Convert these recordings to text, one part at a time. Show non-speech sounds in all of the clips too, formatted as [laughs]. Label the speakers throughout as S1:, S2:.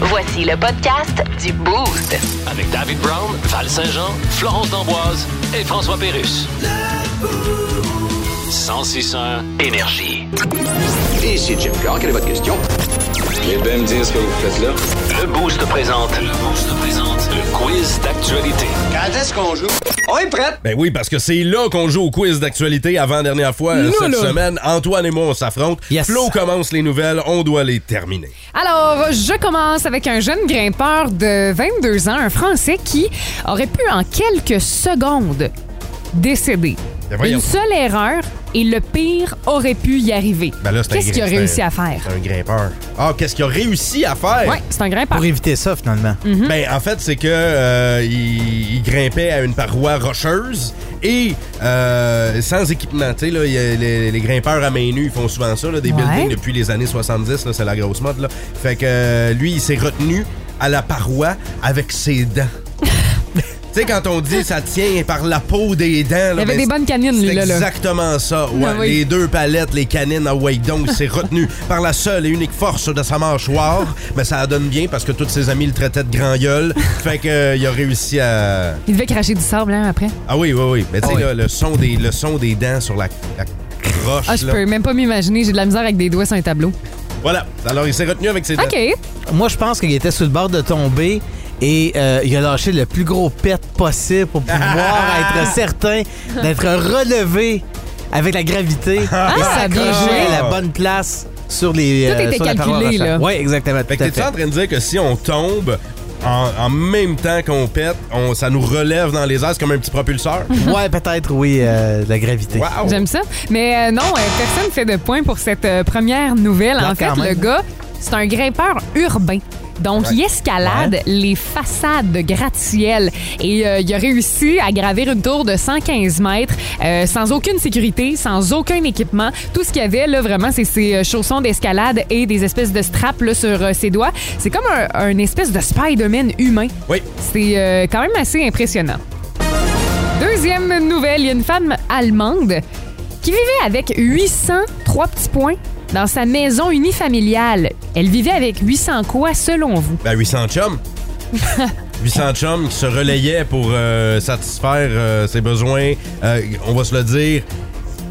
S1: Voici le podcast du Boost.
S2: Avec David Brown, Val Saint-Jean, Florence D'Amboise et François Pérus. 1061 Énergie.
S3: Ici Jim Carr, quelle est votre question?
S4: Vous bien me dire ce que vous faites là?
S2: Le Boost présente. Le Boost présente. Le quiz d'actualité.
S3: Quand est-ce qu'on joue? On est prêt!
S5: Ben oui, parce que c'est là qu'on joue au quiz d'actualité avant-dernière fois euh,
S6: Nous,
S5: cette
S6: là.
S5: semaine. Antoine et moi, on s'affronte.
S6: Yes.
S5: Flo commence les nouvelles, on doit les terminer.
S6: Alors, je commence avec un jeune grimpeur de 22 ans, un Français qui aurait pu en quelques secondes décéder.
S5: Ben voyons.
S6: Une seule erreur et le pire aurait pu y arriver.
S5: Ben là, c'est un
S6: Qu'est-ce qu'il a
S5: grimpeur.
S6: réussi à faire?
S5: C'est un grimpeur. Ah, qu'est-ce qu'il a réussi à faire?
S6: Oui, c'est un grimpeur.
S7: Pour éviter ça, finalement.
S6: Mhm.
S5: Ben, en fait, c'est que euh, il, il grimpait à une paroi rocheuse et euh, sans équipement. Tu sais, là, il y a les, les grimpeurs à main nue, ils font souvent ça, là, des
S6: Ouais.
S5: buildings depuis les années 70, là, c'est la grosse mode. Là. Fait que euh, lui, il s'est retenu à la paroi avec ses dents. [laughs] Tu sais, quand on dit ça tient par la peau des dents. là,
S6: Il avait
S5: ben,
S6: des bonnes canines,
S5: c'est
S6: lui, là, là.
S5: exactement ça. Ouais.
S6: Ah oui.
S5: Les deux palettes, les canines à Wake donc
S6: [laughs]
S5: s'est retenu par la seule et unique force de sa mâchoire. Mais ça la donne bien parce que tous ses amis le traitaient de
S6: [laughs]
S5: grand gueule. Fait que euh, il a réussi à.
S6: Il devait cracher du sable hein, après.
S5: Ah oui, oui, oui. Mais tu sais, là, le, son des, le son des dents sur la, la croche.
S6: Ah, je
S5: là.
S6: peux même pas m'imaginer. J'ai de la misère avec des doigts sur un tableau.
S5: Voilà. Alors, il s'est retenu avec ses
S6: OK.
S5: dents.
S7: Moi, je pense qu'il était sur le bord de tomber et euh, il a lâché le plus gros pet possible
S6: [laughs]
S7: pour pouvoir être certain d'être relevé avec
S6: [laughs]
S7: la gravité
S5: Ah,
S7: et
S6: Ah, ça a bien
S7: s'accrocher
S6: joué.
S7: à la bonne place sur les. euh,
S6: Tout était
S7: sur la paroi
S6: calculé,
S7: rocheuse.
S6: là.
S7: Oui, exactement. Tout
S5: Fait que
S7: à
S5: t'es-tu en
S7: fait.
S5: train de dire que si on tombe. En, en même temps qu'on pète, on- ça nous relève dans les airs, c'est comme un
S6: [laughs]
S5: petit propulseur.
S7: Ouais, peut-être, oui, euh, la gravité.
S5: Wow!
S6: J'aime ça. Mais euh, non, euh, personne fait de point pour cette euh, première nouvelle.
S7: Ah,
S6: en fait,
S7: quand
S6: le
S7: même.
S6: gars, c'est un grimpeur urbain. Donc, il escalade les façades de gratte-ciel et euh, il a réussi à gravir une tour de 115 mètres euh, sans aucune sécurité, sans aucun équipement. Tout ce qu'il y avait, là, vraiment, c'est ses euh, chaussons d'escalade et des espèces de straps là, sur euh, ses doigts. C'est comme un, un espèce de Spider-Man humain.
S5: Oui.
S6: C'est euh, quand même assez impressionnant. Deuxième nouvelle, il y a une femme allemande qui vivait avec 803 petits points dans sa maison unifamiliale. Elle vivait avec 800 quoi selon vous?
S5: Ben
S6: [laughs]
S5: 800 chums. 800 chums qui se relayaient pour euh, satisfaire euh, ses besoins, euh, on va se le dire,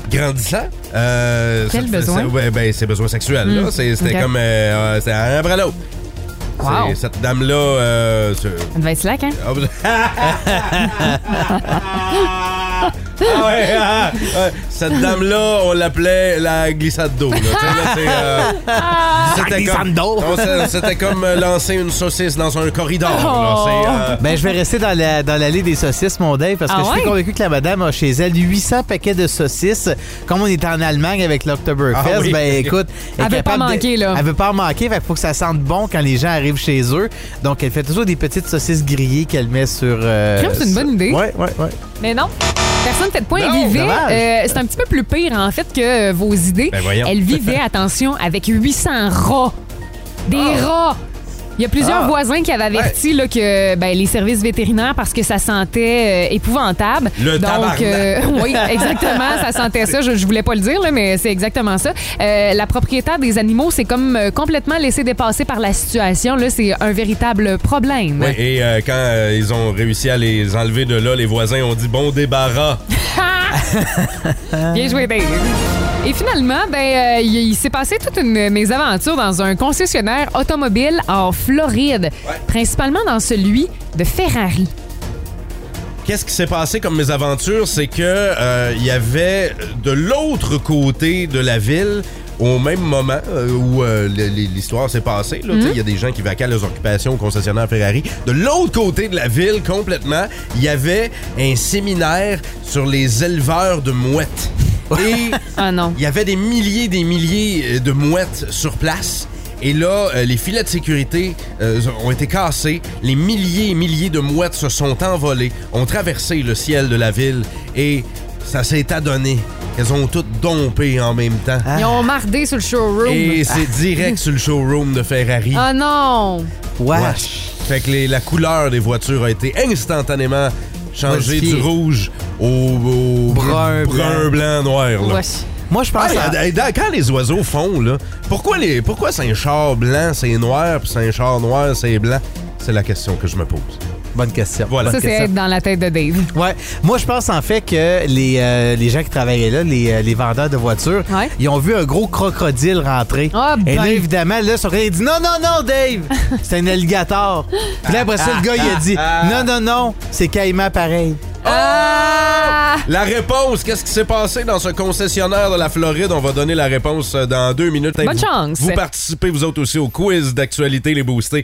S5: grandissants. Euh,
S6: Quels
S5: ça-
S6: besoins?
S5: ça- ouais, ben, ses besoins sexuels. là. C'est- C'était
S6: Hmm. ok.
S5: comme. euh, euh, C'était un après l'autre.
S6: Wow.
S5: C'est- Cette dame-là. euh, se-
S6: Ça devait être slack, hein?
S5: Ah vous- Ah ouais, ah, ouais. Cette dame-là, on l'appelait la glissade d'eau. là. Tu sais, là, c'est, euh, c'était
S7: glissade
S5: comme-
S7: d'eau.
S5: on s'est- C'était comme euh, lancer une saucisse dans un corridor. là. C'est, euh,
S7: Ben, je vais rester dans la- dans l'allée des saucisses, mon Dave, parce que
S6: Ah
S7: je suis
S6: ouais?
S7: convaincu que la madame a chez elle 800 paquets de saucisses. Comme on était en Allemagne avec l'Oktoberfest,
S5: Ah oui.
S7: ben écoute...
S6: Elle
S7: est
S6: veut pas
S7: capable de-
S6: manquer, là.
S7: Elle veut pas en manquer, fait, faut que ça sente bon quand les gens arrivent chez eux. Donc, elle fait toujours des petites saucisses grillées qu'elle met sur... euh,
S6: Crème, c'est une
S7: sur-
S6: bonne idée.
S7: Ouais, ouais, ouais.
S6: Mais non. Personne ne fait de point.
S7: Non,
S6: elle vivait.
S7: dommage.
S6: euh, c'est un petit peu plus pire, en fait, que euh, vos idées.
S5: Ben voyons.
S6: Elle
S5: [laughs]
S6: vivait, attention, avec 800 rats. Des
S5: Oh.
S6: rats! Il y a plusieurs
S7: Ah.
S6: voisins qui avaient averti là, que ben, les services vétérinaires, parce que ça sentait euh, épouvantable.
S5: Le
S6: Donc, euh,
S5: tabarnak.
S6: [laughs] oui, exactement, ça sentait ça. Je, je voulais pas le dire, là, mais c'est exactement ça. Euh, la propriétaire des animaux s'est comme euh, complètement laissée dépasser par la situation. Là, c'est un véritable problème.
S5: ouais, et euh, quand euh, ils ont réussi à les enlever de là, les voisins ont dit bon débarras.
S6: Bien joué, Dave. Et finalement, ben, euh, il, il s'est passé toute une mésaventure dans un concessionnaire automobile en Floride, principalement dans celui de Ferrari.
S5: Qu'est-ce qui s'est passé comme mes aventures, c'est que euh, il y avait de l'autre côté de la ville. Au même moment euh, où euh, l- l- l'histoire s'est passée, là, tu sais, il y a des gens qui vaquent à leurs occupations au concessionnaire Ferrari. De l'autre côté de la ville, complètement, il y avait un séminaire sur les éleveurs de mouettes. Et
S6: Ah non.
S5: il y avait des milliers des milliers euh, de mouettes sur place. Et là, euh, les filets de sécurité euh, ont été cassés. Les milliers et milliers de mouettes se sont envolées, ont traversé le ciel de la ville et ça s'est adonné. Elles ont toutes dompé en même temps.
S7: Ah,
S6: Ils ont mardé sur le showroom.
S5: Et c'est direct sur le showroom de Ferrari.
S6: Ah non!
S7: Wesh.
S5: Wesh. Fait que les- la couleur des voitures a été instantanément changée
S7: Modifiée.
S5: du rouge au, au
S7: Brun,
S5: brun, blanc, noir. là.
S6: Wesh.
S7: Moi, je pense
S5: Ouais,
S7: à-
S5: euh, dans- quand les oiseaux font, là, pourquoi, les, pourquoi c'est un char blanc, c'est noir, puis c'est un char noir, c'est blanc? C'est la question que je me pose.
S7: Bonne question.
S5: Voilà.
S7: Bonne
S6: Ça, c'est
S7: question.
S6: être dans la tête de Dave.
S7: Ouais. Moi, je pense en fait que les, euh, les gens qui travaillaient là, les, euh, les vendeurs de voitures,
S6: Ouais.
S7: ils ont vu un gros crocodile rentrer.
S6: Ah, ben.
S7: Et là, évidemment, là, ils sont ils ont dit non, non, non, Dave,
S6: [laughs]
S7: c'est un alligator. Puis là, après ça, le gars, il a dit non, non, non, c'est caïman pareil.
S6: Ah!
S5: La réponse, qu'est-ce qui s'est passé dans ce concessionnaire de la Floride? On va donner la réponse euh, dans deux minutes.
S6: Bonne
S5: Vous-
S6: chance.
S5: Vous participez, vous autres aussi, au quiz d'actualité, les boostés.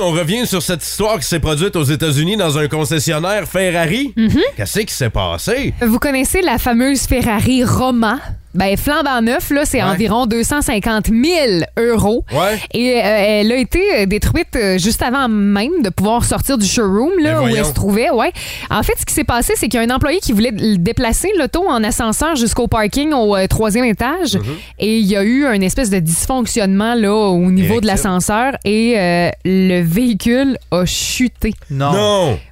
S5: On revient sur cette histoire qui s'est produite aux États-Unis dans un concessionnaire Ferrari. Qu'est-ce qui s'est passé?
S6: Vous connaissez la fameuse Ferrari Roma? Ben, flambant neuf, là, c'est
S5: Ouais.
S6: environ 250 000 euros.
S5: Ouais.
S6: Et euh, elle a été euh, détruite euh, juste avant même de pouvoir sortir du showroom, là,
S5: Ben
S6: où
S5: voyons.
S6: elle se trouvait. Ouais. En fait, ce qui s'est passé, c'est qu'il y a un employé qui voulait l- déplacer l'auto en ascenseur jusqu'au parking au euh, troisième étage.
S5: Mhm.
S6: Et il y a eu un espèce de dysfonctionnement, là, au niveau de
S5: Érectile.
S6: l'ascenseur. Et euh, le véhicule a chuté.
S7: Non.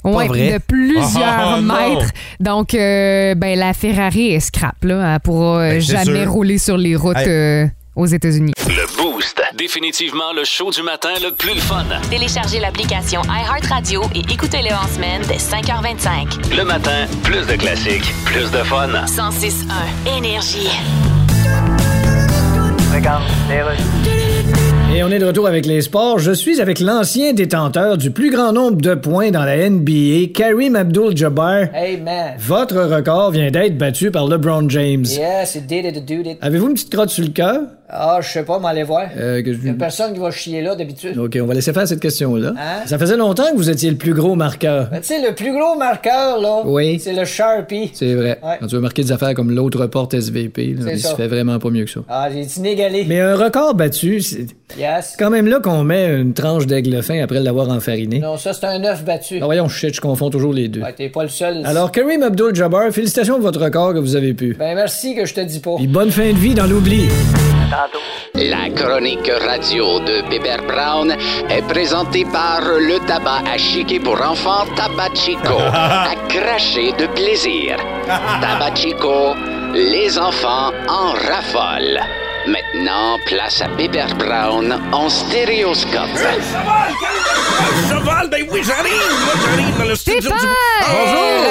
S5: Non!
S6: Ouais,
S7: vrai.
S6: de plusieurs
S5: Ah, non.
S6: mètres. Donc, euh, ben, la Ferrari est scrap. Là. Elle pourra euh,
S5: Ben, c'est
S6: jamais
S5: sûr.
S6: rouler sur les routes
S5: Hey.
S6: euh, aux États-Unis.
S2: Le Boost. Définitivement le show du matin le plus le fun.
S1: Téléchargez l'application iHeartRadio et écoutez-le en semaine dès 5h25.
S2: Le matin, plus de classiques, plus de fun.
S1: 106.1 Énergie.
S8: Et on est de retour avec les sports. Je suis avec l'ancien détenteur du plus grand nombre de points dans la NBA, Karim Abdul-Jabbar.
S9: Hey man.
S8: Votre record vient d'être battu par LeBron James.
S9: Yes, it did it, it did it.
S8: Avez-vous une petite crotte sur le cœur?
S9: Ah, je sais pas, m'aller voir.
S8: Euh, que
S9: Y a
S8: je-
S9: personne qui va chier là d'habitude.
S8: OK, on va laisser faire cette question-là.
S9: Hein?
S8: Ça faisait longtemps que vous étiez le plus gros marqueur.
S9: Mais tu sais, le plus gros marqueur, là,
S8: Oui.
S9: c'est le Sharpie.
S8: C'est vrai.
S9: Ouais.
S8: Quand tu veux marquer des affaires comme l'autre porte SVP, là,
S9: C'est
S8: il se
S9: ça.
S8: fait vraiment pas mieux que ça.
S9: Ah, j'ai inégalé.
S8: Mais un record battu, c'est
S9: Yes.
S8: quand même là qu'on met une tranche d'aigle fin après l'avoir enfariné.
S9: Non, ça, c'est un œuf battu.
S8: Ah, voyons, je sais, je confonds toujours les deux.
S9: Ouais, t'es pas le seul.
S8: Alors, Karim Abdul-Jabbar, félicitations de votre record que vous avez pu.
S9: Ben, merci que je te dis pas.
S8: Et bonne fin de vie dans l'oubli.
S10: La chronique radio de Bébert Brown est présentée par le tabac à chiquer pour enfants
S4: [laughs]
S10: Tabachico. à cracher de plaisir. Tabachico, les enfants en raffolent. Maintenant, place à Bébert Brown en stéréoscope.
S5: Cheval, ben oui, j'arrive! Moi, j'arrive dans le studio Ah,
S6: Stéphane!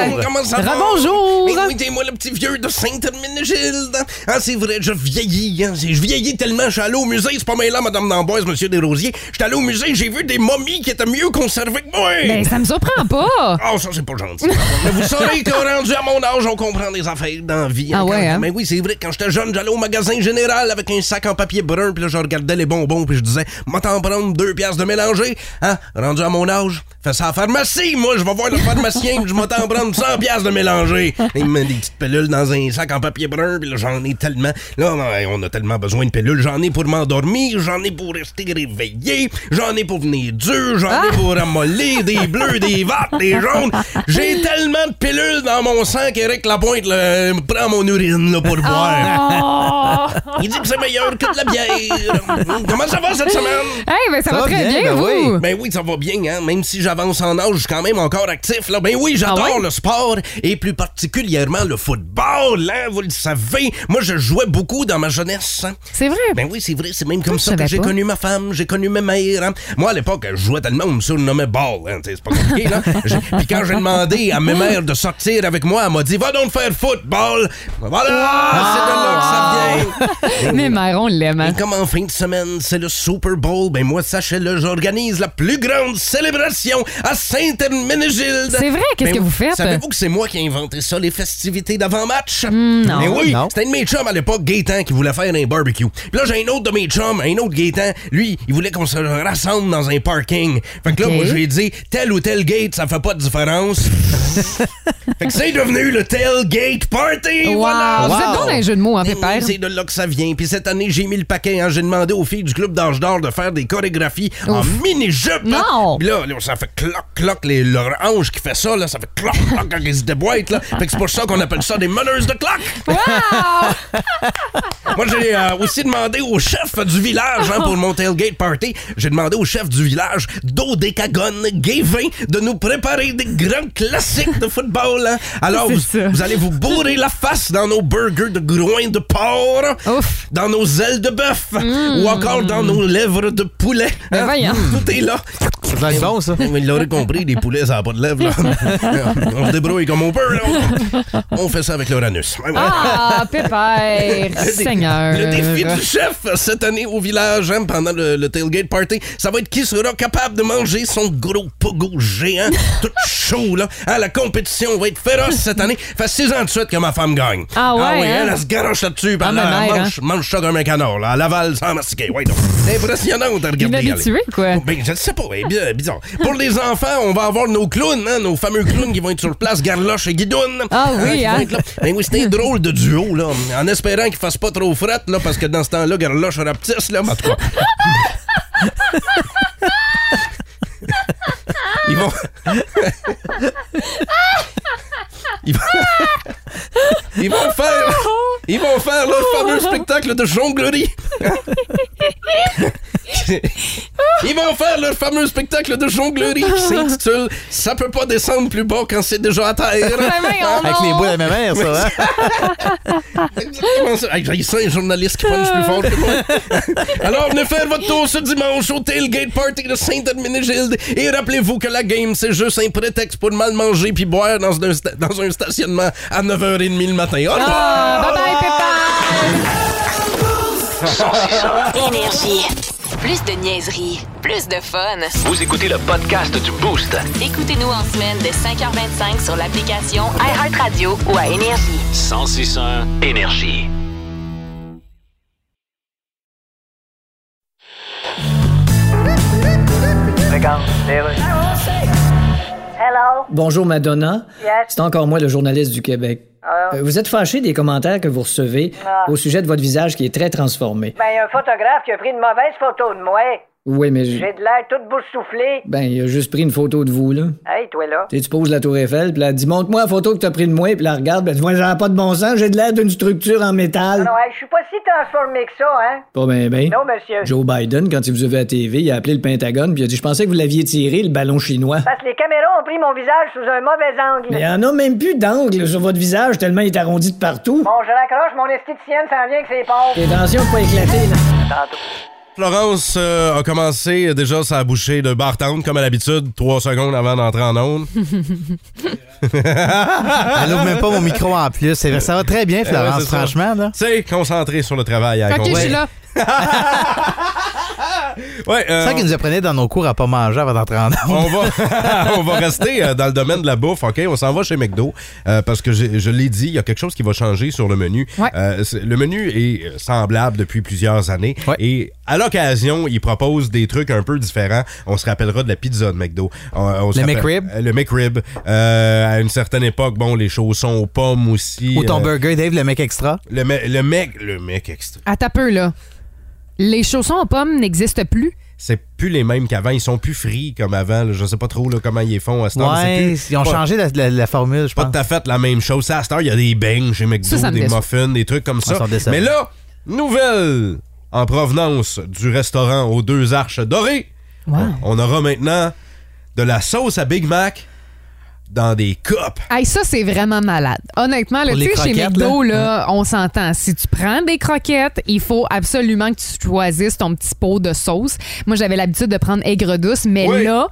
S5: Bonjour! Comment ça va?
S6: Rebonjour!
S5: Mais oui, t'es moi le petit vieux de Sainte-Herminegilde! Ah, c'est vrai, je vieillis, hein. C'est- Je vieillis tellement, je suis allé au musée, c'est pas mal là, Madame D'Amboise, Monsieur Desrosiers. Je suis allé au musée, j'ai vu des momies qui étaient mieux conservées que moi!
S6: Ben, ça me surprend
S5: [laughs]
S6: pas.
S5: Ah, ça, c'est pas gentil. Mais vous saurez que rendu à mon âge, on comprend des affaires dans la vie.
S6: Ah
S5: Quand-
S6: ouais, hein?
S5: Mais oui, c'est vrai. Quand j'étais jeune, j'allais au magasin général avec un sac en papier brun, puis là, je regardais les bonbons, puis je disais, moi, t'en prendre deux piastres de mélanger. Hein? Rendu à mon âge, fais ça à la pharmacie. Moi, je vais voir le pharmacien, puis je vais t'en prendre 100 piastres de mélanger. Il me met des petites pilules dans un sac en papier brun, puis là, j'en ai tellement. Là, on a tellement besoin de pilules. J'en ai pour m'endormir, j'en ai pour rester réveillé, j'en ai pour venir dur, j'en
S6: Ah!
S5: ai pour amollir, des bleus, des vertes, des jaunes. J'ai tellement de pilules dans mon sang qu'Éric Lapointe là, me prend mon urine là, pour boire.
S6: Oh!
S5: Il dit que c'est meilleur que de la bière.
S6: [laughs]
S5: Hum, Comment ça va cette semaine?
S6: Hey, ben, ça,
S7: Ça
S6: va
S7: va
S6: très bien,
S7: bien, ben
S6: vous.
S5: Ben oui, ça va bien, hein? Même si j'avance en âge, je suis quand même encore actif. Là. Ben oui, j'adore
S6: Ah ouais?
S5: le sport et plus particulièrement le football. hein, Vous le savez, moi je jouais beaucoup dans ma jeunesse. hein.
S6: C'est vrai.
S5: Ben oui, c'est vrai, c'est même comme
S6: je
S5: ça que
S6: savais
S5: j'ai
S6: pas.
S5: connu ma femme, j'ai connu ma mère. hein. Moi, à l'époque, je jouais tellement, on me surnommait Ball. hein, t'sais, c'est pas compliqué, là. J'ai- Puis quand j'ai demandé à ma mère de sortir avec moi, elle m'a dit Va donc faire football. Voilà,
S6: Ah!
S5: c'est de là que ça vient.
S6: Mais mère, on l'aime. hein.
S5: Et comme en fin de semaine, c'est le Super Bowl, ben moi, sachez-le, j'organise la plus grande célébration à Saint-Herménégilde.
S6: C'est vrai, qu'est-ce que vous faites?
S5: ben Savez-vous que c'est moi qui ai inventé ça, les festivités d'avant-match?
S6: Hmm, non.
S5: Mais oui,
S7: Non.
S5: c'était un de mes chums à l'époque, Gaétan, qui voulait faire un barbecue. Puis là, j'ai un autre de mes chums, un autre Gaétan, lui, il voulait qu'on se rassemble dans un parking. Fait que
S6: Ok.
S5: là, moi, j'ai dit, tel ou tel gate, ça fait pas de différence.
S6: [laughs]
S5: fait que c'est devenu le tailgate party!
S6: Wow.
S5: Voilà!
S6: Vous êtes bon dans les jeux de mots, hein,
S5: Mais oui,
S6: Pépère?
S5: C'est de là que ça vient. Puis cette année, j'ai mis le paquet. hein. J'ai demandé aux filles du club d'Ange d'Or de faire des chorégraphies en mini-jupe. hein.
S6: Non!
S5: Puis là, là, ça fait cloc, cloc, les, leur hanche qui fait ça, là, ça fait cloc, cloc quand ils se déboîtent. Là. Fait que c'est pour ça qu'on appelle ça des meneuses de cloc.
S6: Wow!
S5: Moi, j'ai euh, aussi demandé au chef du village hein, pour mon tailgate party. J'ai demandé au chef du village, Dodécagone Gayvin, de nous préparer des grands classiques de football. drôle. hein? Alors,
S6: C'est
S5: vous,
S6: ça.
S5: vous allez vous bourrer la face dans nos burgers de groin de porc,
S6: Ouf. Mmh.
S5: dans nos ailes de bœuf ou encore dans nos lèvres de poulet. hein. Mmh.
S6: Ben voyons.
S5: Tout est là.
S7: Ça doit être bon, ça.
S5: Mais Il l'aurait compris, les poulets, ça n'a pas de lèvres.
S6: [laughs]
S5: là. on se débrouille comme on peut. là. On fait ça avec l'Uranus. Ouais, ouais. [laughs]
S6: Ah, pépère,
S5: Le dé-
S6: Seigneur.
S5: Le défi du chef cette année au village hein, pendant le, le tailgate party, ça va être qui sera capable de manger son gros
S6: [laughs]
S5: pogo géant tout chaud là. Hein, la compétition va être féroce cette année. Fait six ans de suite que ma femme gagne.
S6: Ah ouais, hein?
S5: elle, elle se garoche là-dessus.
S6: Ah,
S5: puis elle,
S6: mais
S5: elle
S6: mère,
S5: mange, mange ça comme un canard. Là, à Laval, sans mastiquer. Ouais, donc. C'est impressionnant de regarder. aller.
S6: Inhabitué, quoi.
S5: Ben, je sais pas, eh bien, bizarre. Pour les enfants, on va avoir nos clowns, hein, nos fameux clowns qui vont être sur place, Garloche et Guidoune.
S6: Ah oui,
S5: qui vont
S6: hein?
S5: être là. Ben oui, c'était un drôle de duo, là. En espérant qu'il fasse pas trop frette, là, parce que dans ce temps-là, Garloche aura petit, là, mais en
S6: [laughs]
S5: tout cas. Ils
S6: [laughs]
S5: vont. Ils vont... Ils vont faire. Ils vont faire leur
S6: [laughs]
S5: fameux spectacle de jonglerie. Ils vont faire leur fameux spectacle de
S6: [laughs]
S5: jonglerie qui s'intitule Ça peut pas descendre plus bas quand c'est déjà à terre.
S6: [laughs] Ben voyons
S7: Avec les
S6: donc.
S7: boules à ma mère, ça, hein?
S8: [laughs]
S5: Exactement ça. Hey, J'ai ça, Ah, un journaliste qui punch plus fort que
S6: [laughs]
S5: moi. Alors, venez faire votre tour ce dimanche au Tailgate Party de Saint-Adminigilde. Et rappelez-vous que la game, c'est juste un prétexte pour mal manger puis boire dans un, sta- dans un stationnement à 9h30 le matin. Au revoir!
S6: Ah, bye bye, pépère.
S1: Énergie. Plus de niaiserie, plus de fun.
S2: Vous écoutez le podcast du Boost.
S1: Écoutez-nous en semaine de 5h25 sur l'application iHeartRadio ou à Énergie.
S2: 1061 Énergie.
S8: Bonjour Madonna. C'est encore moi le journaliste du Québec.
S9: Ah.
S8: Euh, Vous êtes fâché des commentaires que vous recevez au sujet de votre visage qui est très transformé.
S9: Ben, il y a un photographe qui a pris une mauvaise photo de moi.
S8: Oui, mais j-
S9: J'ai de l'air tout boursouflé.
S8: ben il a juste pris une photo de vous là.
S9: Hey, toi là.
S8: Tu sais, tu poses la tour Eiffel, puis là, elle dit montre-moi la photo que t'as pris de moi, puis là, regarde, ben tu vois, j'en ai pas de bon sens, j'ai de l'air d'une structure en métal.
S9: Non, hey, je suis pas si transformé que ça, hein.
S8: Pas ben ben.
S9: Non, monsieur.
S8: Joe Biden, quand il vous a vu à TV, il a appelé le Pentagone, puis il a dit je pensais que vous l'aviez tiré le ballon chinois.
S9: Parce que les caméras ont pris mon visage sous un mauvais angle.
S8: Mais il y en a même plus d'angle sur votre visage tellement il est arrondi de partout.
S9: Bon, je raccroche, mon esthéticienne s'en vient avec ses pompes.
S8: Et attention de pas éclater là.
S5: Florence euh, a commencé déjà sa bouchée de Bartown, comme à l'habitude, trois secondes avant d'entrer en
S6: [laughs]
S5: onde.
S7: Elle ouvre même pas mon micro en plus. C'est- Eh Ça Euh, va très bien,
S5: Ouais,
S7: Florence,
S5: c'est ça.
S7: franchement, là.
S5: C'est concentré sur le travail. à
S6: Ah. Ok, je suis là.
S5: Ouais, euh,
S7: C'est ça qu'ils nous apprenaient dans nos cours à pas manger avant d'entrer en onde.
S5: on va,
S6: [laughs]
S5: [laughs] on va rester euh, dans le domaine de la bouffe, OK? On s'en va chez McDo euh, parce que j'ai- je l'ai dit, il y a quelque chose qui va changer sur le menu.
S6: Ouais.
S5: Euh, c'est- le menu est euh, semblable depuis plusieurs années.
S7: Ouais.
S5: Et à l'occasion, ils proposent des trucs un peu différents. On se rappellera de la pizza de McDo. On- on se
S7: Le
S5: rappelle-
S7: McRib.
S5: Euh, Le McRib. Euh, à une certaine époque, bon, les chaussons aux pommes aussi.
S7: Ou ton
S5: euh,
S7: burger, Dave, le mec extra.
S5: Le, me- le mec, le mec extra.
S6: À ta peu, là. Les chaussons aux pommes n'existent plus.
S5: C'est plus les mêmes qu'avant. Ils sont plus frits comme avant. là. Je sais pas trop là, comment ils font à ce temps. C'est
S7: Ouais,
S5: plus-
S7: ils ont
S5: pas-
S7: changé la, la- la formule, je
S5: pas
S7: pense.
S5: tout à fait la même chose. Ça, à cette heure, il y a des beignes chez McDo,
S6: Ça, ça me
S5: des
S6: déçoit.
S5: muffins, des trucs comme ça.
S7: ça me déçoit.
S5: Mais là, nouvelle en provenance du restaurant aux deux arches dorées. On aura maintenant de la sauce à Big Mac dans des copes.
S6: Hey, ça, c'est vraiment malade. Honnêtement, là, tu
S7: Pour les
S6: sais, chez
S7: croquettes,
S6: McDo, là, on s'entend. Si tu prends des croquettes, il faut absolument que tu choisisses ton petit pot de sauce. Moi, j'avais l'habitude de prendre aigre douce, mais
S5: Oui.
S6: là,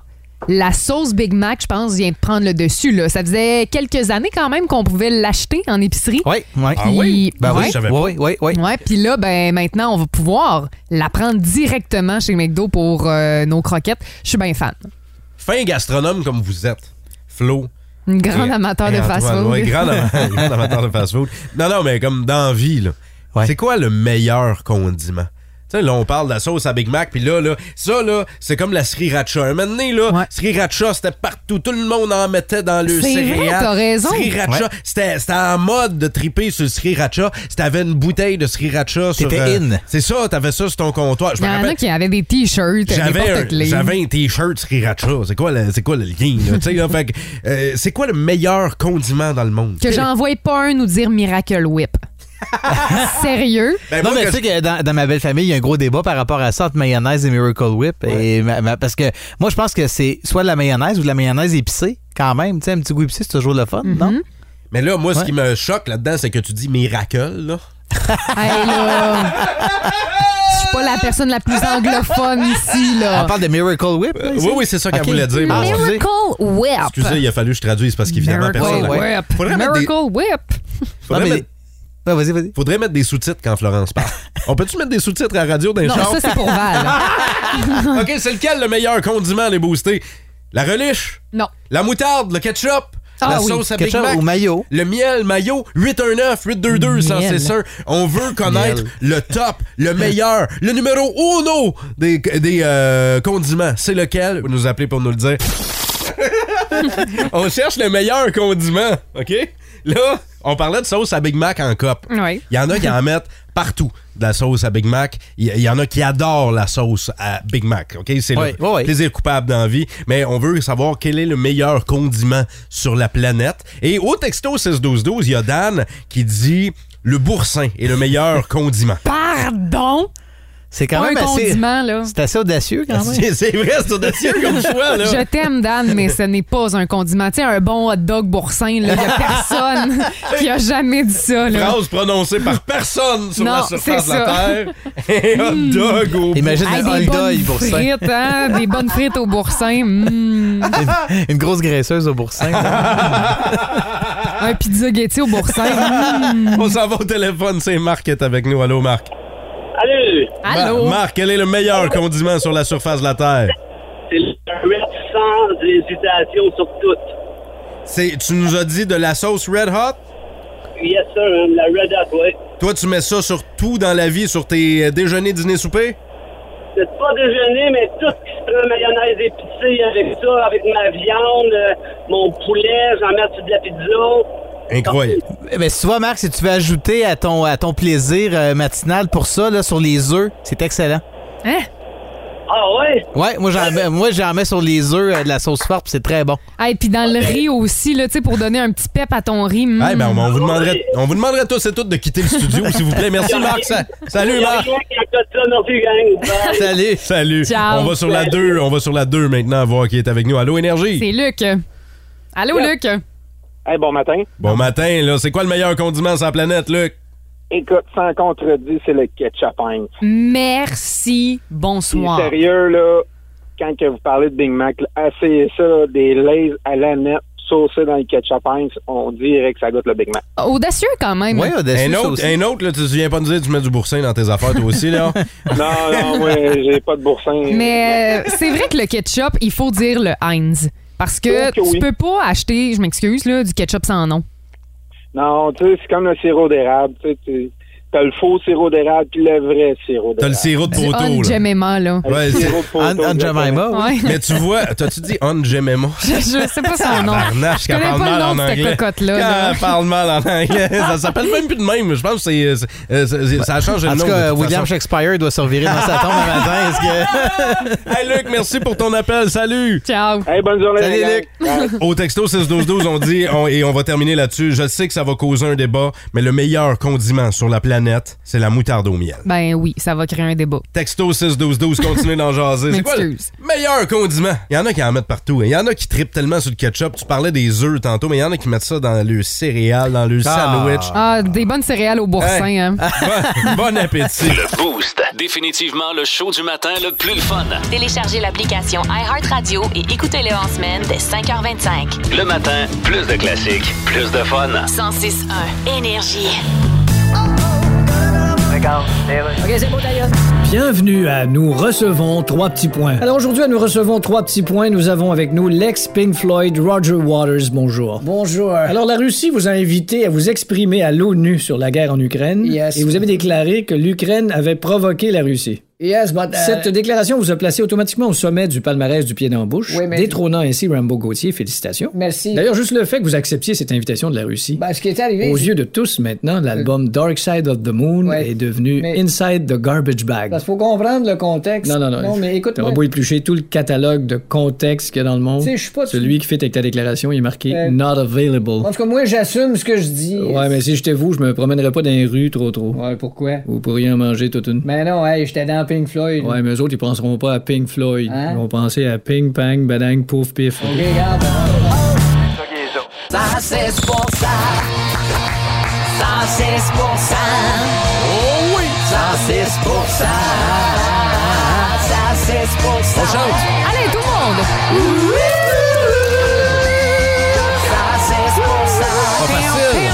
S6: la sauce Big Mac, je pense, vient de prendre le dessus. Là. Ça faisait quelques années quand même qu'on pouvait l'acheter en épicerie.
S7: Oui, oui.
S5: Ah oui?
S6: Puis-
S7: Ben
S5: Ouais.
S7: oui,
S5: Je savais
S7: oui, oui, oui.
S6: Ouais, puis là, ben maintenant, on va pouvoir la prendre directement chez McDo pour euh, nos croquettes. Je suis bien fan.
S5: Fin gastronome comme vous êtes, Flo.
S6: Une grande
S5: et-
S6: amateur de
S5: et Antoine.
S6: fast-food.
S5: Ouais, grand, ama- [laughs] grand amateur de fast-food. Non, non, mais comme dans la vie, là.
S7: Ouais.
S5: C'est quoi le meilleur condiment? Tu sais, là, on parle de la sauce à Big Mac, puis là, là, ça, là, c'est comme la sriracha. Un moment donné, là,
S6: Ouais.
S5: sriracha, c'était partout. Tout le monde en mettait dans le
S6: C'est vrai,
S5: céréales.
S6: t'as raison.
S5: Sriracha,
S7: Ouais.
S5: c'était c'était en mode de triper sur le sriracha. Si t'avais une bouteille de sriracha sur... euh,
S7: T'étais in.
S5: C'est ça, t'avais ça sur ton comptoir. Je
S6: Il
S5: me
S6: y en a
S5: rappelle,
S6: qui avaient des t-shirts,
S5: j'avais un,
S6: n'importe les.
S5: j'avais un t-shirt sriracha. C'est quoi, le- c'est quoi le lien? là? [laughs] Tu sais, là, fait que, euh, c'est quoi le meilleur condiment dans le monde?
S6: Que j'envoie pas un nous dire Miracle [laughs] Whip. Sérieux?
S5: Ben,
S7: Non,
S5: moi,
S7: mais tu
S5: que-
S7: sais que dans, dans ma belle famille, il y a un gros débat par rapport à ça entre mayonnaise et Miracle Whip. Et ma- ma- parce que moi, je pense que c'est soit de la mayonnaise ou de la mayonnaise épicée. Quand même, tu sais, un petit whipsy, c'est toujours le fun, non?
S6: Mm-hmm.
S5: Mais là, moi, ce qui me choque là-dedans, c'est que tu dis miracle, là.
S6: Hey, là. Je suis pas la personne la plus anglophone ici, là.
S7: On parle de Miracle Whip? là,
S5: Euh,
S7: ici?
S5: oui, oui, c'est ça qu'elle
S7: Ok.
S5: voulait dire.
S7: Ah,
S5: Bon,
S7: excusez.
S6: Miracle Whip.
S5: Excusez, il a fallu que je traduise parce qu'évidemment,
S6: Miracle
S5: personne.
S7: Ouais, ouais.
S6: Whip.
S5: Faudrait mettre des-
S6: Miracle Whip.
S5: Faudrait,
S7: Non, mais-
S5: mettre,
S7: Ouais, vas-y, vas-y.
S5: faudrait mettre des sous-titres quand
S6: [laughs]
S5: Florence parle. On peut-tu mettre des sous-titres à la radio d'un
S6: Non,
S5: char?
S6: ça, c'est pour Val.
S5: [laughs] OK, c'est lequel le meilleur condiment à les booster? La reliche?
S6: Non.
S5: La moutarde? Le ketchup?
S6: Ah
S5: la
S6: oui.
S5: sauce à Big
S7: Ketchup
S5: Mac?
S7: au mayo.
S5: Le miel, maillot, 819, 822, sans
S6: Miel.
S5: cesseur. On veut connaître
S7: Miel.
S5: le top, le meilleur, le numéro uno des, des euh, condiments. C'est lequel? Vous nous appelez pour nous le dire. on cherche le meilleur condiment, OK? Là, on parlait de sauce à Big Mac en cop.
S6: Oui.
S5: Il y en a qui en mettent partout de la sauce à Big Mac. Il y- il y en a qui adorent la sauce à Big Mac. OK? C'est
S7: Ouais,
S5: le
S7: ouais, ouais.
S5: plaisir coupable dans la vie. Mais on veut savoir quel est le meilleur condiment sur la planète. Et au texto 6-12-12, il y a Dan qui dit le boursin est le meilleur condiment.
S6: Pardon?
S7: C'est quand
S6: Pas un
S7: même assez.
S6: condiment, là. Ah
S7: C'est assez audacieux quand même.
S5: [laughs] C'est c'est vrai, c'est audacieux comme choix, là.
S6: Je t'aime, Dan, mais ce n'est pas un condiment. Tu sais, un bon hot dog boursin, là. Il n'y a
S5: [laughs]
S6: personne qui a jamais dit ça, là.
S5: Phrase prononcée par personne sur
S6: Non,
S5: la surface
S6: c'est
S5: de la
S6: ça.
S5: Terre. Et hot dog au
S7: Imagine
S6: Hey,
S7: un
S6: des bonnes
S7: hold-oil boursin.
S6: frites, hein? Des bonnes frites au boursin. Mm.
S7: [laughs] Une grosse graisseuse au boursin.
S6: [laughs] Ah, Un pizza Getty au boursin. Mm.
S5: On s'en va au téléphone, c'est Marc qui est avec nous. Allô, Marc.
S11: Salut!
S6: Allô?
S5: Ma- Marc, quel est le meilleur condiment sur la surface de la Terre?
S11: C'est le 800 hésitations sur toutes.
S5: C'est, tu nous as dit de la sauce Red Hot?
S11: Yes, sir, hein, la Red Hot, ouais.
S5: Toi, tu mets ça sur tout dans la vie, sur tes euh, déjeuners, dîners, soupers?
S11: C'est pas déjeuner, mais tout ce qui serait mayonnaise épicée avec ça, avec ma viande, euh, mon poulet, j'en mets sur de la pizza.
S5: Incroyable.
S6: Mm.
S7: Mais Eh ben, si tu vois, Marc, si tu veux ajouter à ton, à ton plaisir euh, matinal pour ça, là, sur les œufs, c'est excellent.
S6: Hein?
S11: Ah ouais?
S7: Ouais, moi j'en mets, moi, j'en mets sur les œufs euh, de la sauce forte, puis c'est très bon.
S6: Hey, puis dans le riz aussi, là, tu sais, pour donner un petit pep à ton riz. mm.
S5: Eh ben, on vous, demanderait, on vous demanderait tous et toutes de quitter le studio, s'il vous plaît. Merci, Marc. Sa- Salut,
S11: Il y a
S5: Marc.
S11: rien qui accote ça dans tes gangs. Bye.
S5: Salut. Salut.
S6: Ciao.
S5: On va sur la 2, on va sur la 2 maintenant, à voir qui est avec nous. Allô, Énergie.
S6: C'est Luc. Allô, Luc?
S11: [laughs] Hey, bon matin.
S5: Bon matin, là. C'est quoi le meilleur condiment sur la planète, Luc?
S11: Écoute, sans contredit, c'est le ketchup hein.
S6: Merci.
S11: Puis
S6: Bonsoir.
S11: sérieux, là, quand que vous parlez de Big Mac, là, essayez ça, là, des lays à la nette saucés dans le ketchup Heinz, on dirait que ça goûte le Big Mac.
S6: Audacieux quand même.
S7: Ouais, audacieux,
S5: Un
S7: ça
S5: autre,
S7: aussi.
S5: un autre, là, tu viens pas nous dire que tu mets du boursin dans tes affaires, toi aussi,
S6: [laughs]
S5: là.
S11: Non, non, [laughs] moi, j'ai pas de boursin.
S6: Mais euh, c'est vrai que le ketchup, il faut dire le Heinz. Parce que
S11: Oh que oui.
S6: tu peux pas acheter, je m'excuse, là, du ketchup sans nom.
S11: Non, tu sais, c'est comme le sirop d'érable. Tu sais, tu- t'as le faux sirop d'érable puis le vrai sirop
S5: T'as le
S11: d'érable.
S5: sirop de
S6: Du
S5: poteau,
S6: on
S5: là.
S6: Jemima, là.
S5: Ouais,
S11: Le
S5: c'est-
S11: sirop de poteau,
S7: En, en
S11: exactement.
S7: Jemima, oui.
S6: Ouais.
S5: Mais tu vois, t'as-tu dit on Gememo?
S6: [laughs] je, je sais pas son nom.
S5: Tabarnache,
S6: Ah, Je
S5: qu'elle
S6: connais pas
S5: parle mal
S6: le nom
S5: en
S6: de cette
S5: anglais.
S6: cocotte-là,
S5: Qu'elle
S6: là.
S5: parle mal
S6: [laughs]
S5: en anglais. Ça s'appelle même plus de même. Je pense que c'est, c'est- euh, c'est- ça a changé le
S7: En
S5: nom.
S7: tout
S5: de
S7: cas,
S5: toute
S7: William
S5: façon.
S7: Shakespeare doit se revirer dans sa tombe un matin. Est-ce que...
S5: Hey Luc, merci pour ton appel. Salut.
S6: Ciao.
S11: Hey, bonne journée.
S7: Salut,
S11: les gars.
S7: Luc.
S11: Bye.
S5: Au texto 6-12-12, on dit, on- et on va terminer là-dessus, je sais que ça va causer un débat, mais le meilleur condiment sur la planète, c'est la moutarde au miel.
S6: Ben oui, ça va créer un débat.
S5: Texto 6-12-12, continuez d'en jaser. C'est quoi le
S6: M'excuse.
S5: meilleur condiment? Il y en a qui en mettent partout. hein. Il y en a qui tripent tellement sur le ketchup. Tu parlais des œufs tantôt, mais il y en a qui mettent ça dans le céréal, dans le
S7: Ah.
S5: sandwich.
S8: [laughs]
S6: Ah, des bonnes céréales au boursin,
S5: Hey. Ah.
S6: hein.
S5: Bon, bon appétit.
S2: Le Boost. Définitivement le show du matin le plus le fun.
S1: Téléchargez l'application iHeartRadio et écoutez-le en semaine dès 5h25.
S2: Le matin, plus de classiques, plus de fun.
S1: 106.1 Énergie.
S8: Bienvenue à Nous recevons trois petits points. Alors aujourd'hui à Nous recevons trois petits points, nous avons avec nous l'ex Pink Floyd Roger Waters. Bonjour. Bonjour. Alors la Russie vous a invité à vous exprimer à l'ONU sur la guerre en Ukraine et vous avez déclaré que l'Ukraine avait provoqué la Russie. Yes, but,
S7: Euh,
S8: euh, Cette déclaration vous a placé automatiquement au sommet du palmarès du pied dans la bouche, détrônant ainsi Rambo Gauthier. Félicitations. Merci. D'ailleurs, juste le fait que vous acceptiez cette invitation de la Russie. ce qui est arrivé. Aux yeux de tous maintenant, l'album Dark Side of the Moon est devenu Inside the Garbage Bag. Parce qu'il faut comprendre le contexte. Non, non, non. Non, mais écoute. T'auras beau éplucher tout le catalogue de contexte qu'il y a dans le monde. Celui qui fait avec ta déclaration, il est marqué Not available. Euh, En tout cas, moi, j'assume ce que je dis. Ouais, mais si j'étais vous, je me promènerais pas dans les rues trop trop. Ouais, pourquoi? Vous pourriez en manger toute une. Mais non, hey, j'étais dans Pink Floyd. Hein? Ouais, mais eux autres, ils penseront pas à Pink Floyd. Ils vont penser à Ping Pang, Badang, Pouf Pif.
S12: 116 116 Oh oui! 116 116 On chante!
S6: Allez, tout le
S12: monde! Oui! 116
S5: Pas facile.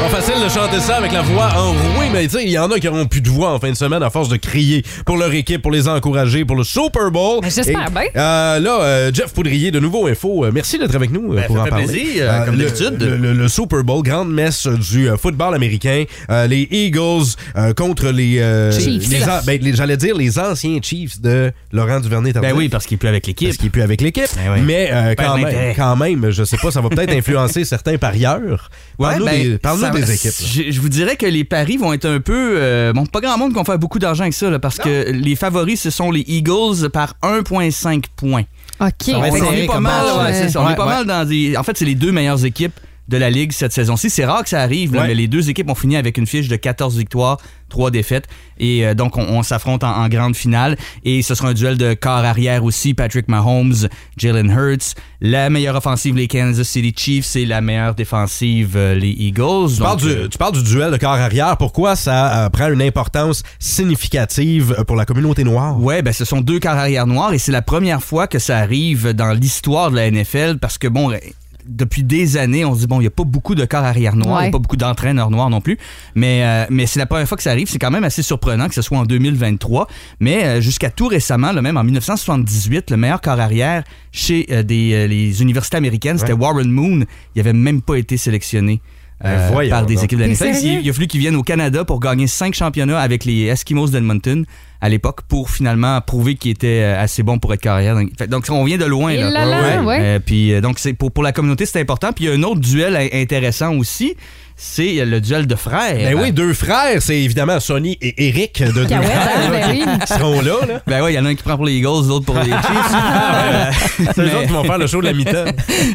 S5: Pas facile de chanter ça avec la voix enrouée, mais tu sais, il y en a qui n'auront plus de voix en fin de semaine à force de crier pour leur équipe, pour les encourager, pour le Super Bowl.
S6: Ben, j'espère
S5: Et,
S6: bien.
S5: euh, là, euh, Jeff Poudrier, de nouveau info. euh, merci d'être avec nous euh,
S13: Ben,
S5: pour
S13: ça
S5: en
S13: fait
S5: parler.
S13: plaisir, euh, comme
S5: le-
S13: d'habitude.
S5: Le, le- le Super Bowl, grande messe du euh, football américain. Euh, les Eagles euh, contre les, euh,
S13: Chiefs.
S5: les an- ben, les- j'allais dire les anciens Chiefs de Laurent duvernay
S13: Ben oui, parce qu'il est plus avec l'équipe. Parce
S5: qu'il est plus avec l'équipe.
S13: Eh
S5: Mais euh, quand, même, quand même, je sais pas, ça
S13: [laughs]
S5: va peut-être influencer certains parieurs. Parle-nous des, parle-nous
S13: ben, ça-
S5: des équipes. là.
S13: Je, je vous dirais que les paris vont être un peu. euh, bon, pas grand monde qui va faire beaucoup d'argent avec ça, là, parce que les favoris, ce sont les Eagles par 1,5 points.
S6: OK.
S13: On
S6: Ouais,
S13: est-
S6: c'est
S13: on
S6: serré
S13: est pas
S6: comme
S13: mal,
S6: match,
S13: ouais,
S6: ouais.
S13: c'est ça, on
S6: Ouais,
S13: est pas
S6: ouais.
S13: mal dans des. En fait, c'est les deux meilleures équipes de la Ligue cette saison-ci. C'est rare que ça arrive, là, mais les deux équipes ont fini avec une fiche de 14 victoires, 3 défaites. Et euh, donc, on, on s'affronte en, en grande finale. Et ce sera un duel de corps arrière aussi. Patrick Mahomes, Jalen Hurts. La meilleure offensive, les Kansas City Chiefs. Et la meilleure défensive, euh, les Eagles. euh,
S5: Tu parles, du, tu parles du duel de corps arrière. Pourquoi ça euh, prend une importance significative euh, pour la communauté noire?
S13: Ouais, ben ce sont deux quarts arrière noirs et c'est la première fois que ça arrive dans l'histoire de la NFL parce que bon. ben, Depuis des années, on se dit, bon, il n'y a pas beaucoup de corps arrière noirs, il n'y
S14: Ouais.
S13: a pas beaucoup d'entraîneurs noirs non plus, mais, euh, mais c'est la première fois que ça arrive. C'est quand même assez surprenant que ce soit en 2023, mais euh, jusqu'à tout récemment, là, même en 1978, le meilleur corps arrière chez euh, des, euh, les universités américaines, c'était Warren Moon. Il n'avait même pas été sélectionné euh,
S5: Ben voyons
S13: par des
S5: donc.
S13: équipes de la
S5: T'es
S13: NFL.
S5: sérieux?
S13: Il- il a fallu qu'ils viennent au Canada pour gagner cinq championnats avec les Eskimos d'Edmonton à l'époque pour finalement prouver qu'ils étaient euh, assez bons pour être carrière. Donc, fait- donc, on vient de loin.
S6: Et
S13: Là.
S6: là là, ouais.
S13: Euh, puis euh, donc c'est pour, pour la communauté c'est important. Puis il y a un autre duel euh, intéressant aussi, c'est euh, le duel de frères.
S5: Ben oui, deux frères, c'est évidemment Sonny et Eric de deux
S13: Ah ouais, ben
S5: frères là, qui-
S13: oui.
S5: qui seront là. là.
S13: Ben oui, il y en a un qui prend pour les Eagles, l'autre pour les
S5: [laughs]
S13: Chiefs.
S5: C'est eux autres qui vont faire le show de la mi-temps.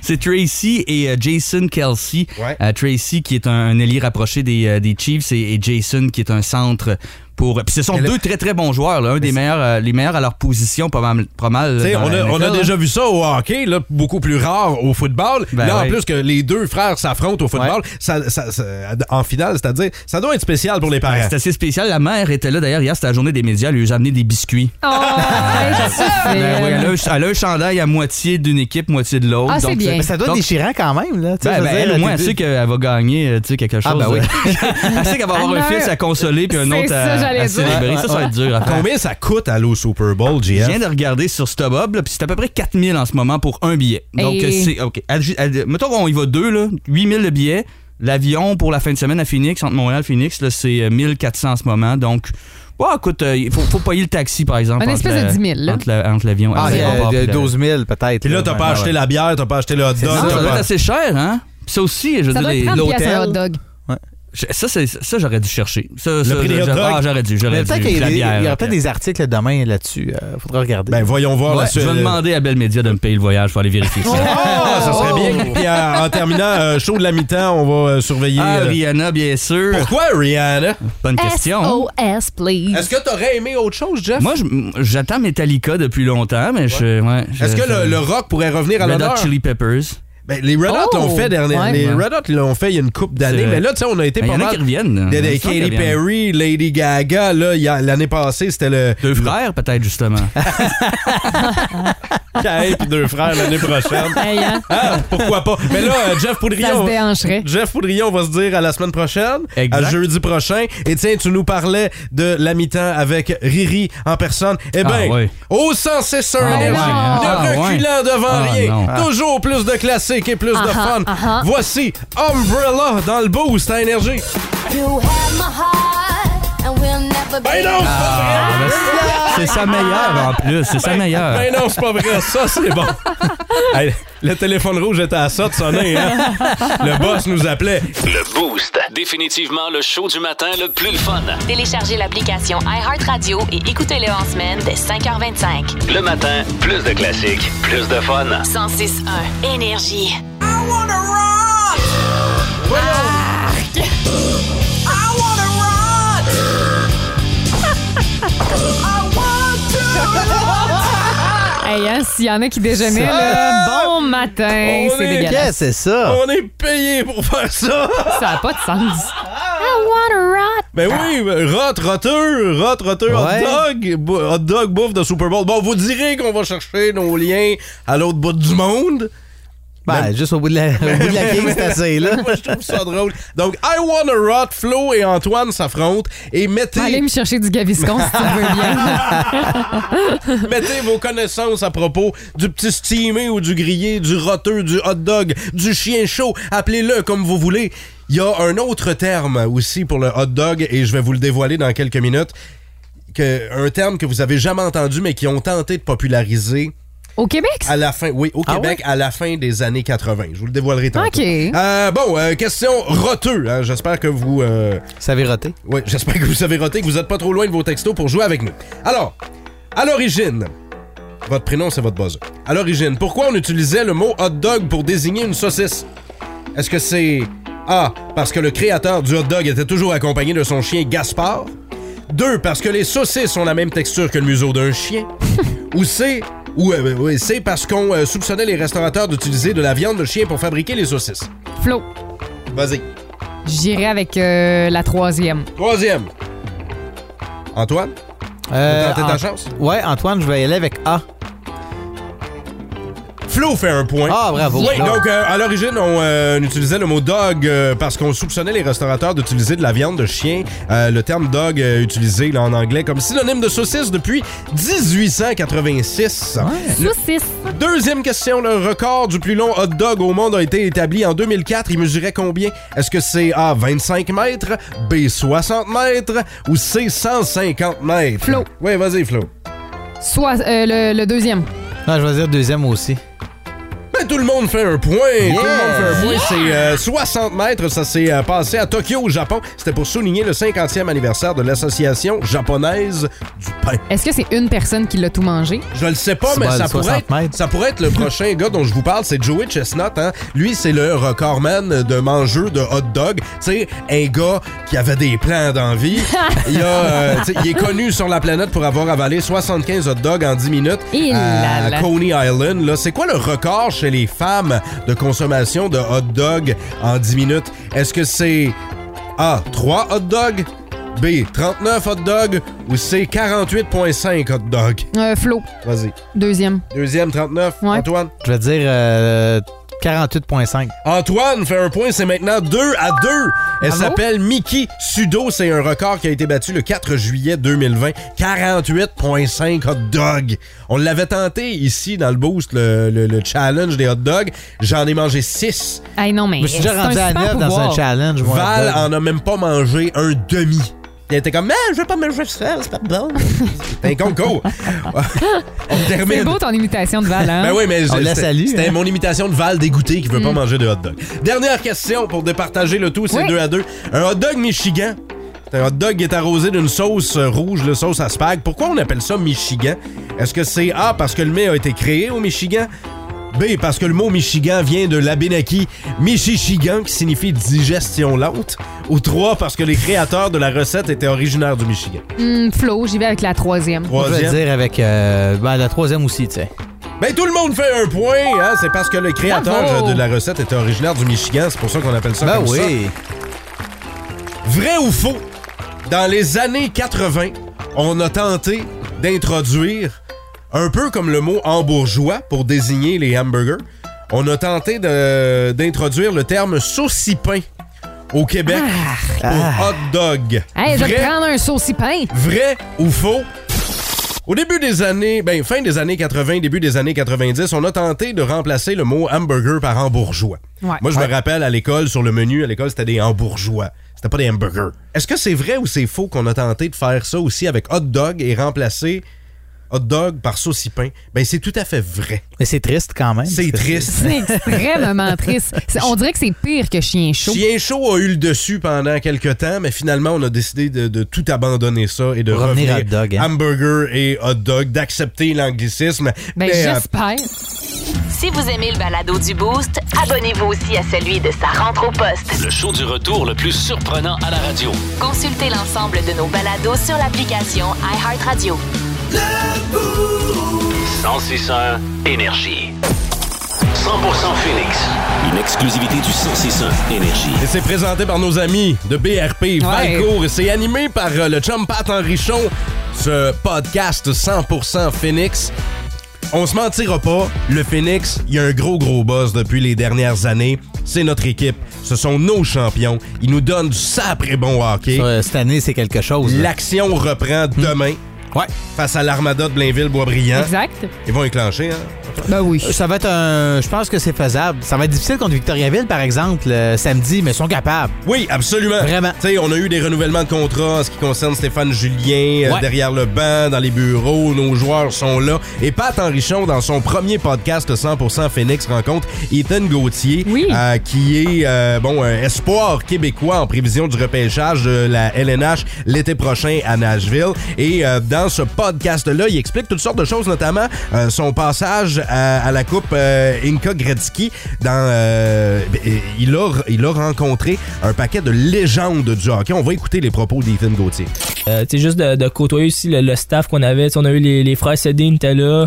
S13: C'est Tracy et euh, Jason Kelsey. Euh, Tracy qui est un, un ailier rapproché des, euh, des Chiefs et, et Jason qui est un centre pour. Puis ce sont deux très très bons joueurs, là, un des meilleurs, euh, les meilleurs à leur position, pas mal. Pas mal
S5: Tu sais,
S13: dans
S5: on,
S13: la
S5: a, on a
S13: NFL,
S5: déjà
S13: là.
S5: vu ça au hockey, là, beaucoup plus rare au football.
S13: Ben
S5: là, en
S13: oui.
S5: plus que les deux frères s'affrontent au football, ça- ça- ça- en finale, c'est-à-dire, ça doit être spécial pour les parents.
S13: C'est assez spécial. La mère était là d'ailleurs hier, c'était la journée des médias, elle lui a amené des biscuits.
S6: Oh,
S7: Ah,
S13: Ben oui, elle, a, un- elle a un chandail à moitié d'une équipe, moitié de l'autre. Donc,
S7: Mais ça doit être
S13: donc,
S7: déchirant quand même, là. tu sais,
S13: Ben,
S7: je veux
S13: ben,
S7: dire, euh,
S13: elle, au moins,
S7: t'es
S13: elle
S7: deux-
S13: sait qu'elle va gagner euh, tu sais, quelque chose.
S7: Ah, ben oui.
S13: [laughs] elle sait qu'elle va avoir
S7: Elle
S13: un
S7: a-
S13: fils à consoler puis un
S7: C'est
S13: autre
S7: ça,
S13: à,
S7: j'allais
S13: à
S7: dire.
S13: célébrer. Ça, ça va être dur. à faire.
S5: Combien ça coûte aller au Super Bowl,
S13: Je
S5: JF?
S13: viens de regarder sur StubHub, là, puis c'est à peu près 4000 en ce moment pour un billet. Donc,
S5: Et-
S13: euh, c'est. OK. Adju- ad- mettons qu'on y va deux, là. 8000 le billet. L'avion pour la fin de semaine à Phoenix, entre Montréal et Phoenix, là, c'est euh, 1400 en ce moment. Donc, ouais, écoute, euh, il faut, faut payer le taxi, par exemple.
S6: Une
S13: entre
S6: espèce
S13: la-
S6: de 10 000, là.
S13: Entre la- entre l'avion.
S7: Ah,
S13: entre
S7: euh,
S13: l'aéroport
S7: de
S13: puis la-
S7: 12 000 peut-être.
S5: Puis là, t'as pas
S13: Ouais,
S5: acheté
S13: ouais.
S5: la bière, t'as pas acheté le hot dog.
S13: Non, ça
S5: t'as
S13: doit
S5: pas-
S13: être assez cher, hein? Ça aussi, je veux
S6: Ça
S13: dire,
S6: doit
S13: les-
S6: être 30 piastres, un hot
S13: l'hôtel.
S6: dog.
S13: Ouais. Je- Ça, c'est- ça j'aurais dû chercher. Ça,
S5: Le
S13: ça,
S5: prix des
S13: j'a-
S5: hot dogs?
S13: ah, j'aurais dû, j'aurais
S7: Mais
S13: dû.
S7: peut-être qu'il y a
S13: La
S7: des-
S13: bière,
S7: il y
S13: la
S7: aura peut-être des articles demain là-dessus. euh, faudra regarder.
S5: Ben, voyons voir
S13: Ouais,
S5: la
S13: je
S5: suite.
S13: vais demander à Belle Média de me payer le voyage pour aller vérifier ça.
S5: Ah, ça serait bien.
S13: Oh!
S5: Puis euh, en terminant, euh, show de la mi-temps, on va euh, surveiller.
S13: Ah,
S5: euh,
S13: Rihanna, bien sûr.
S5: Pourquoi Rihanna?
S13: Bonne question.
S6: SOS, please.
S5: Est-ce que t'aurais aimé autre chose, Jeff?
S13: Moi, je- j'attends Metallica depuis longtemps, mais je. ouais, je-
S5: Est-ce que le,
S13: je-
S5: le rock pourrait revenir à
S13: Red
S5: l'honneur?
S13: Hot Chili Peppers.
S5: Ben, les Red Hot
S13: Oh!
S5: l'ont fait dernièrement.
S13: Ouais.
S5: les
S13: Ouais.
S5: Red Hot l'ont fait il y a une couple d'années.
S13: C'est
S5: Mais
S13: vrai.
S5: là, tu sais, on a été
S13: Ben, y
S5: pas
S13: en a
S5: mal.
S13: qui reviennent.
S5: De-
S13: Il
S5: de-
S13: y en a qui
S5: Katy
S13: reviennent.
S5: Perry, Lady Gaga, là, il y a- l'année passée, c'était [laughs] le.
S13: Deux frères, peut-être, justement.
S14: Ah,
S5: Kate puis deux frères
S6: [laughs]
S5: l'année prochaine.
S6: Hey, hein?
S5: Ah, pourquoi pas? Mais là, euh, Jeff Poudrillon.
S6: Ça se déhancherait.
S5: Jeff Poudrillon va se dire à la semaine prochaine,
S13: Exact.
S5: à jeudi prochain. Et tiens, tu nous parlais de la mi-temps avec Riri en personne. Eh bien,
S13: Ah ouais.
S5: au sens c'est sûr,
S13: Ah
S5: énergie,
S13: ouais. Ah
S5: ben ne
S13: ouais.
S5: reculant devant
S13: Ah
S5: rien,
S13: non. Ah.
S5: toujours plus de classiques et plus de
S12: Ah
S5: fun.
S12: ah, ah ah.
S5: Voici Umbrella dans le boost à énergie.
S12: You have my heart, and we'll never be
S5: Ben non, c'est pas
S13: Ah, ben, c'est- c'est sa meilleure en plus. C'est sa meilleure.
S5: Ben non, c'est pas vrai, ça
S13: [laughs]
S5: c'est bon. Hey, le téléphone rouge était à ça de sonner, hein? Le boss nous appelait.
S2: Le Boost. Définitivement le show du matin le plus le fun.
S1: Téléchargez l'application iHeartRadio et écoutez-le en semaine dès 5h25.
S2: Le matin, plus de classiques, plus de fun.
S1: 106.1 Énergie.
S12: I want to
S6: Hey, hein, s'il y en a qui déjeunaient,
S5: Ça-
S6: là, bon matin,
S5: On
S6: c'est
S5: est-
S6: dégueulasse.
S5: Qu'est-ce que c'est
S13: Ah.
S5: ça? On est payé pour faire ça.
S6: Ça n'a pas de sens.
S5: Ah.
S6: I wanna rot.
S5: Ben oui, rot, roteur, rot, roteur,
S6: Ouais.
S5: hot dog, bou- hot dog, bouffe de Super Bowl. Bon, vous direz qu'on va chercher nos liens à l'autre bout du monde. [laughs]
S7: Ben, juste au bout de la, au bout [laughs] de la game, c'est assez, là.
S5: Moi, je trouve ça drôle. Donc, I Wanna Rot, Flo et Antoine s'affrontent et mettez...
S6: Allez me chercher du gaviscon si tu veux
S5: [laughs]
S6: bien.
S5: Mettez vos connaissances à propos du petit steamé ou du grillé, du roteux, du hot dog, du chien chaud. Appelez-le comme vous voulez. Il y a un autre terme aussi pour le hot dog et je vais vous le dévoiler dans quelques minutes. Que, un terme que vous avez jamais entendu mais qui ont tenté de populariser.
S6: Au Québec?
S5: À la fin, oui, au
S6: Ah
S5: Québec, à la fin des années 80. Je vous le dévoilerai tantôt.
S6: OK.
S5: Euh, bon, euh, question roteux. hein. J'espère que vous... euh,
S7: savez roter.
S5: Oui, j'espère que vous savez roter, que vous n'êtes pas trop loin de vos textos pour jouer avec nous. Alors, à l'origine, votre prénom, c'est votre buzzer. À l'origine, pourquoi on utilisait le mot hot dog pour désigner une saucisse? Est-ce que c'est A, parce que le créateur du hot dog était toujours accompagné de son chien Gaspard? 2. Parce que les saucisses ont la même texture que le museau d'un chien? ou C, ou, euh, oui, c'est parce qu'on euh, soupçonnait les restaurateurs d'utiliser de la viande de chien pour fabriquer les saucisses?
S6: Flo,
S5: Vas-y.
S6: j'irai avec euh, la troisième.
S5: Troisième. Antoine?
S7: Euh,
S5: T'as tenté ta
S7: Ant-
S5: chance?
S7: Ouais, Antoine, je vais y aller avec A.
S5: Flo fait un point.
S7: Ah, bravo.
S5: Oui,
S7: Flo.
S5: donc euh, à l'origine, on, euh, on utilisait le mot dog euh, parce qu'on soupçonnait les restaurateurs d'utiliser de la viande de chien. Euh, le terme dog euh, utilisé là, en anglais comme synonyme de saucisse depuis 1886.
S6: Saucisse.
S5: Deuxième question, le record du plus long hot dog au monde a été établi en 2004. Il mesurait combien? Est-ce que c'est A, 25 mètres, B, 60 mètres ou C, 150 mètres? Flo. Oui, vas-y, Flo.
S6: Soit euh, le, le deuxième.
S7: Non, je vais dire deuxième aussi.
S5: Ben, tout le monde fait un point. Tout le monde fait un point. C'est euh, 60 mètres. Ça s'est euh, passé à Tokyo, au Japon. C'était pour souligner le 50e anniversaire de l'Association japonaise du pain.
S6: Est-ce que c'est une personne qui l'a tout mangé?
S5: Je le sais pas,
S6: C'est
S5: mais
S6: bon,
S5: ça
S6: le
S5: pourrait,
S6: 60
S5: être, ça pourrait être le prochain gars dont je vous parle. C'est Joey Chestnut. Hein? Lui, c'est le recordman de mangeux de hot dog. C'est un gars qui avait des plans
S6: [laughs]
S5: d'envie. Il, a, euh, tu sais, il est connu sur la planète pour avoir avalé 75 hot dogs en 10 minutes
S6: Il
S5: à
S6: là là.
S5: Coney Island. là. C'est quoi le record chez les femmes de consommation de hot dog en 10 minutes? Est-ce que c'est A, 3 hot dogs, B, 39 hot dogs ou C, 48,5 hot dogs?
S6: Euh, Flo,
S5: Vas-y.
S6: deuxième.
S5: Deuxième, 39. Antoine.
S7: Je vais dire euh, 48.5.
S5: Antoine fait un point, c'est maintenant 2 à 2. Elle
S7: Bravo.
S5: s'appelle Mickey Sudo. C'est un record qui a été battu le 4 juillet 2020. 48,5 hot dogs. On l'avait tenté ici dans le boost, le, le- le challenge des hot dogs. J'en ai mangé 6.
S6: Hey, non, mais.
S5: Je me suis déjà
S6: c'est
S5: rendu
S6: un
S5: à
S6: super
S5: neuf dans
S6: pouvoir.
S7: un challenge, moi, hot
S5: Val
S7: dog.
S5: en a même pas mangé un demi. Il était comme, mais je vais pas manger ça, c'est pas bon.
S6: [laughs]
S5: C'est un concours. On termine.
S6: C'est beau ton imitation de Val, hein?
S5: [laughs] Ben oui, mais
S7: On
S5: je-
S7: la
S5: c'était
S7: salue,
S5: c'était
S7: hein.
S5: mon imitation de Val dégoûté qui veut pas
S6: Mm.
S5: manger de hot dog. Dernière question pour départager le tout, c'est
S6: Oui.
S5: deux à deux. Un hot dog Michigan. C'est un hot dog qui est arrosé d'une sauce euh, rouge, le sauce à spag. Pourquoi on appelle ça Michigan? Est-ce que c'est A, parce que le mets a été créé au Michigan? B, parce que le mot Michigan vient de l'abénaki Michichigan, qui signifie digestion lente. Ou 3, parce que les créateurs de la recette étaient originaires du Michigan.
S6: Hmm, Flo, j'y vais avec la troisième.
S7: Je vais dire avec euh, ben, la troisième aussi, tu sais.
S5: Ben tout le monde fait un point, hein? c'est parce que le créateur
S7: Bravo!
S5: de la recette était originaire du Michigan, c'est pour ça qu'on appelle ça
S7: Ben
S5: comme
S7: oui.
S5: ça. Vrai ou faux? Dans les années 80, on a tenté d'introduire un peu comme le mot hambourgeois pour désigner les hamburgers. On a tenté de- d'introduire le terme saucipin au Québec pour
S7: Ah.
S5: hot dog.
S6: Hey, je vais
S5: Vrai
S6: te prendre un saucipain.
S5: Vrai ou faux? Au début des années, ben fin des années 80, début des années 90, on a tenté de remplacer le mot hamburger par hambourgeois.
S6: Ouais.
S5: Moi, je
S6: Ouais.
S5: me rappelle à l'école, sur le menu, à l'école, c'était des hambourgeois. C'était pas des hamburgers. Est-ce que c'est vrai ou c'est faux qu'on a tenté de faire ça aussi avec hot dog et remplacer hot dog par saucipain? Ben, c'est tout à fait vrai.
S7: Mais c'est triste quand même.
S5: C'est triste.
S6: C'est
S5: [laughs]
S6: extrêmement triste. C'est- On dirait que c'est pire que chien chaud.
S5: Chien chaud a eu le dessus pendant quelques temps, mais finalement, on a décidé de, de tout abandonner ça et de
S7: Revenir
S5: revenir
S7: hot dog, hein.
S5: hamburger et hot dog, d'accepter l'anglicisme.
S1: Ben,
S5: Mais, euh,
S6: j'espère.
S1: Si vous aimez le balado du Boost, abonnez-vous aussi à celui de sa rentre au poste.
S2: Le show du retour le plus surprenant à la radio.
S1: Consultez l'ensemble de nos balados sur l'application iHeartRadio.
S2: 1061 Énergie. 100% Phoenix. Une exclusivité du 1061 Énergie.
S5: euh, Et c'est présenté par nos amis de BRP Valcourt. Et C'est animé par euh, le chum Pat Henrichon, ce podcast 100% Phoenix. On se mentira pas, le Phoenix, il y a un gros gros boss depuis les dernières années. C'est notre équipe, ce sont nos champions. Ils nous donnent du sacré bon hockey.
S7: euh, cette année, c'est quelque chose. là.
S5: L'action reprend
S7: Hmm.
S5: demain.
S7: Ouais.
S5: Face à l'armada de Blainville-Boisbriand.
S6: Exact.
S5: Ils vont éclencher, hein?
S6: Ben oui.
S7: Euh, Ça va être un. Je pense que c'est faisable. Ça va être difficile contre Victoriaville, par exemple, le samedi, mais ils sont capables.
S5: Oui, absolument. Vraiment. Tu sais, on a eu des renouvellements de contrats en ce qui concerne Stéphane Julien euh,
S7: Ouais.
S5: derrière le banc, dans les bureaux. Nos joueurs sont là. Et Pat Henrichon, dans son premier podcast 100% Phoenix, rencontre Ethan Gauthier, euh, qui est euh, bon un espoir québécois en prévision du repêchage de la LNH l'été prochain à Nashville. Et euh, dans ce podcast-là, il explique toutes sortes de choses, notamment euh, son passage à, à la Coupe euh, Inca Gretzky. Dans, euh, et- il, a, il a rencontré un paquet de légendes du hockey. On va écouter les propos d'Ethan Gauthier.
S14: Euh, tu sais, juste de, de côtoyer aussi le, le staff qu'on avait. Tu sais, on a eu les, les frères Sedin étaient là.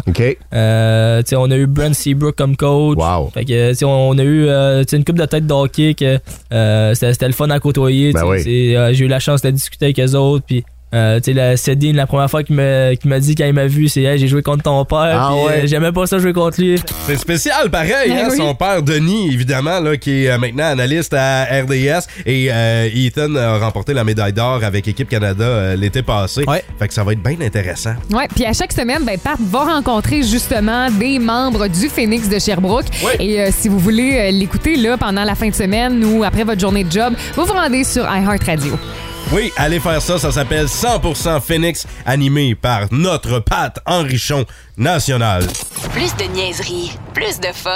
S14: Euh, tu sais, on a eu Brent Seabrook comme coach. Fait que, tu sais, on, on a eu euh, tu sais, une coupe de tête d'hockey que euh, c'était c'était le fun à côtoyer.
S5: Ben
S14: tu sais.
S15: oui.
S14: C'est, euh, J'ai eu la chance de discuter avec eux autres. Puis, euh, tu sais, la Sedin, la première fois qu'il me- qu'il m'a dit quand il m'a vu, c'est Hey, j'ai joué contre ton père.
S5: Ah
S14: Puis,
S5: ouais.
S14: euh, J'aimais pas ça jouer contre lui.
S5: C'est spécial, pareil.
S14: Ben
S5: hein,
S14: oui.
S5: Son père, Denis, évidemment, là, qui est euh, maintenant analyste à RDS. Et euh, Ethan a remporté la médaille d'or avec Équipe Canada euh, l'été passé. Fait que ça va être bien intéressant.
S6: Ouais, puis à chaque semaine, ben, Pat va rencontrer justement des membres du Phoenix de Sherbrooke. Et euh, si vous voulez euh, l'écouter là pendant la fin de semaine ou après votre journée de job, vous vous rendez sur iHeartRadio.
S5: Oui, allez faire ça. Ça s'appelle 100% Phoenix, animé par notre Pat Henrichon National.
S1: Plus de niaiserie, plus de fun.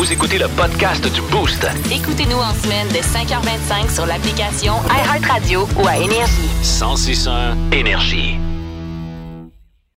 S2: Vous écoutez le podcast du Boost.
S1: Écoutez-nous en semaine de 5h25 sur l'application iHeartRadio ou à Énergie.
S2: 1061 Énergie.